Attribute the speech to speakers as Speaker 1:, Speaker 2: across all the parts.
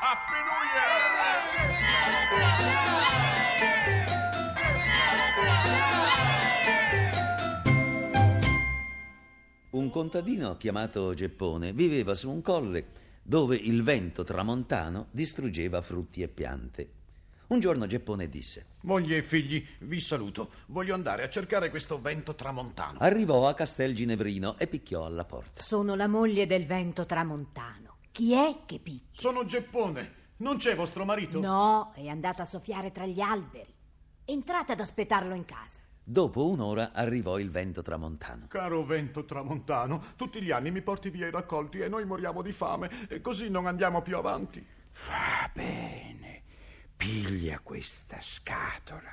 Speaker 1: Happy New Year!
Speaker 2: Un contadino chiamato Geppone viveva su un colle dove il vento tramontano distruggeva frutti e piante. Un giorno Geppone disse:
Speaker 3: Moglie e figli, vi saluto. Voglio andare a cercare questo vento tramontano.
Speaker 2: Arrivò a Castel Ginevrino e picchiò alla porta.
Speaker 4: Sono la moglie del vento tramontano. Chi è che picchia?
Speaker 3: Sono Geppone. Non c'è vostro marito?
Speaker 4: No, è andata a soffiare tra gli alberi. Entrate ad aspettarlo in casa.
Speaker 2: Dopo un'ora arrivò il vento tramontano.
Speaker 3: Caro vento tramontano, tutti gli anni mi porti via i raccolti e noi moriamo di fame e così non andiamo più avanti.
Speaker 5: Fa bene, piglia questa scatola.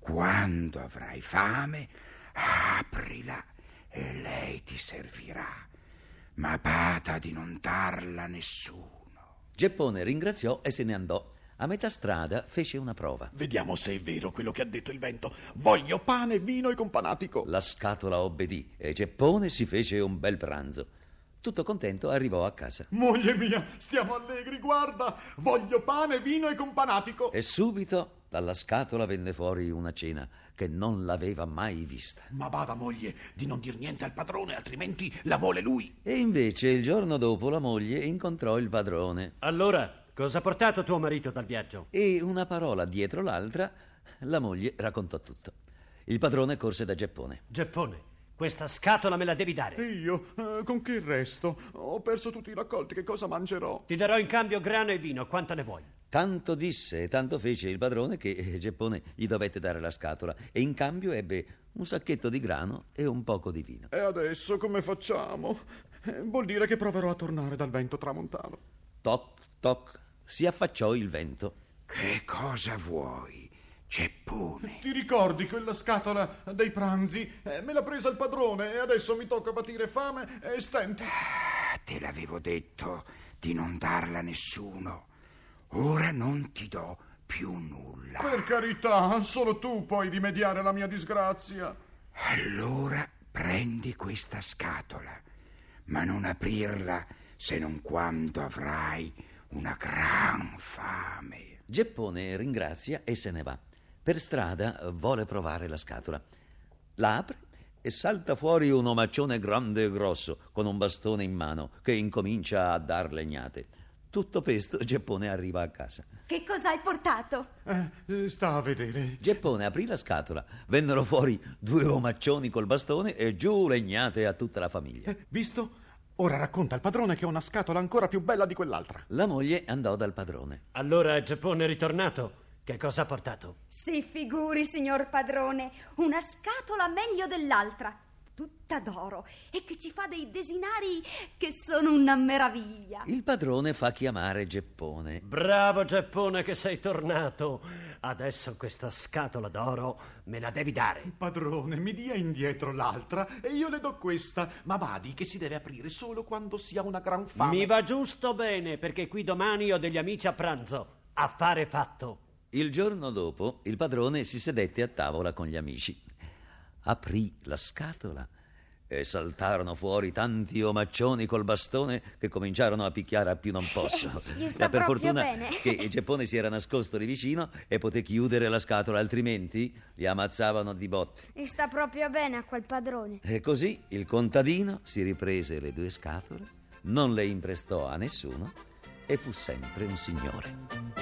Speaker 5: Quando avrai fame, ah, aprila e lei ti servirà. Ma bada di non darla a nessuno.
Speaker 2: Geppone ringraziò e se ne andò. A metà strada fece una prova.
Speaker 3: Vediamo se è vero quello che ha detto il vento. Voglio pane, vino e companatico.
Speaker 2: La scatola obbedì e Geppone si fece un bel pranzo. Tutto contento arrivò a casa
Speaker 3: Moglie mia, stiamo allegri, guarda. Voglio pane, vino e companatico.
Speaker 2: e subito dalla scatola venne fuori una cena che non l'aveva mai vista.
Speaker 3: Ma bada, moglie, di non dir niente al padrone, altrimenti la vuole lui.
Speaker 2: E invece il giorno dopo la moglie incontrò il padrone
Speaker 6: Allora, cosa ha portato tuo marito dal viaggio?
Speaker 2: e una parola dietro l'altra la moglie raccontò tutto. Il padrone corse da Geppone.
Speaker 6: Geppone, questa scatola me la devi
Speaker 3: E
Speaker 6: dare.
Speaker 3: io, eh, con che resto? Ho perso tutti i raccolti, che cosa mangerò?
Speaker 6: Ti darò in cambio grano e vino, quanto ne vuoi.
Speaker 2: Tanto disse e tanto fece il padrone che eh, Geppone gli dovette dare la scatola e in cambio ebbe un sacchetto di grano e un poco di vino.
Speaker 3: E adesso come facciamo? Eh, Vuol dire che proverò a tornare dal vento tramontano.
Speaker 2: Toc toc si affacciò il vento.
Speaker 5: Che cosa vuoi, Geppone?
Speaker 3: Ti ricordi quella scatola dei pranzi? Eh, me l'ha presa il padrone e adesso mi tocca patire fame e stenti.
Speaker 5: Ah, te l'avevo detto di non darla a nessuno. Ora non ti do più nulla.
Speaker 3: Per carità, solo tu puoi rimediare alla mia disgrazia.
Speaker 5: Allora prendi questa scatola, ma non aprirla se non quando avrai una gran fame.
Speaker 2: Geppone ringrazia e se ne va. Per strada eh, vuole provare la scatola. La apre e salta fuori un omaccione grande e grosso con un bastone in mano che incomincia a dar legnate. Tutto pesto Geppone arriva a casa.
Speaker 4: Che cosa hai portato?
Speaker 3: Eh, eh, sta a vedere.
Speaker 2: Geppone aprì la scatola, vennero fuori due omaccioni col bastone e giù legnate a tutta la famiglia.
Speaker 3: Eh, visto? Ora racconta al padrone che ho una scatola ancora più bella di quell'altra.
Speaker 2: La moglie andò dal padrone.
Speaker 6: Allora Geppone è ritornato. Che cosa ha portato?
Speaker 7: Si figuri, signor padrone, una scatola meglio dell'altra, tutta d'oro, e che ci fa dei desinari che sono una meraviglia.
Speaker 2: Il padrone fa chiamare Geppone.
Speaker 6: Bravo Geppone che sei tornato. Adesso questa scatola d'oro me la devi dare.
Speaker 3: Padrone, mi dia indietro l'altra e io le do questa, ma badi che si deve aprire solo quando si ha una gran fame.
Speaker 6: Mi va giusto bene perché qui domani ho degli amici a pranzo. Affare fatto.
Speaker 2: Il giorno dopo il padrone si sedette a tavola con gli amici. Aprì la scatola e saltarono fuori tanti omaccioni col bastone che cominciarono a picchiare a più non posso.
Speaker 7: Gli sta
Speaker 2: Ma per
Speaker 7: proprio
Speaker 2: fortuna
Speaker 7: bene.
Speaker 2: che Geppone si era nascosto lì vicino e poté chiudere la scatola, altrimenti li ammazzavano di botte.
Speaker 7: E sta proprio bene a quel padrone.
Speaker 2: E così il contadino si riprese le due scatole, non le imprestò a nessuno e fu sempre un signore.